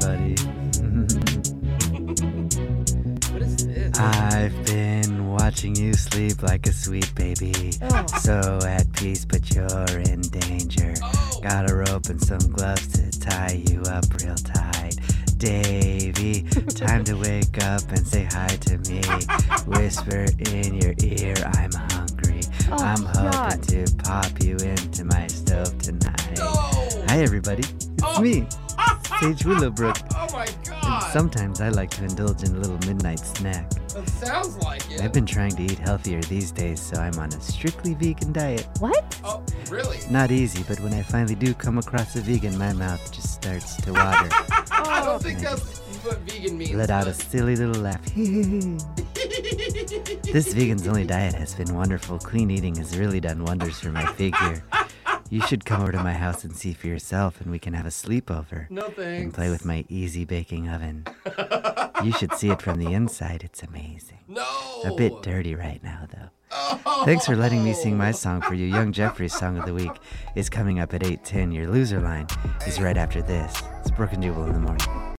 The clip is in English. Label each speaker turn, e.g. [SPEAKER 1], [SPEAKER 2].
[SPEAKER 1] buddy.
[SPEAKER 2] What is this?
[SPEAKER 1] I've been watching you sleep like a sweet baby.
[SPEAKER 2] Oh.
[SPEAKER 1] So at peace, but you're in danger.
[SPEAKER 2] Oh.
[SPEAKER 1] Got a rope and some gloves to tie you up real tight. Davy, time to wake up and say hi to me. Whisper in your ear, I'm hungry.
[SPEAKER 2] Oh,
[SPEAKER 1] I'm hoping to pop you into my stove tonight. Hi, everybody. It's me, Sage Willowbrook.
[SPEAKER 2] Oh my
[SPEAKER 1] And
[SPEAKER 2] god!
[SPEAKER 1] sometimes I like to indulge in a little midnight snack.
[SPEAKER 2] That sounds like it.
[SPEAKER 1] I've been trying to eat healthier these days, so I'm on a strictly vegan diet.
[SPEAKER 3] What?
[SPEAKER 2] Oh, really?
[SPEAKER 1] Not easy, but when I finally do come across a vegan, my mouth just starts to water.
[SPEAKER 2] I don't think that's what vegan means.
[SPEAKER 1] Let out a
[SPEAKER 2] but-
[SPEAKER 1] silly little laugh. this vegan's only diet has been wonderful. Clean eating has really done wonders for my figure. You should come over to my house and see for yourself, and we can have a sleepover
[SPEAKER 2] No
[SPEAKER 1] and
[SPEAKER 2] thanks.
[SPEAKER 1] play with my easy baking oven. You should see it from the inside, it's amazing.
[SPEAKER 2] No. Oh.
[SPEAKER 1] A bit dirty right now, though. Thanks for letting me sing my song for you. Young Jeffrey's song of the week is coming up at 8:10. Your loser line is right after this. It's Brooke and Jubal in the morning.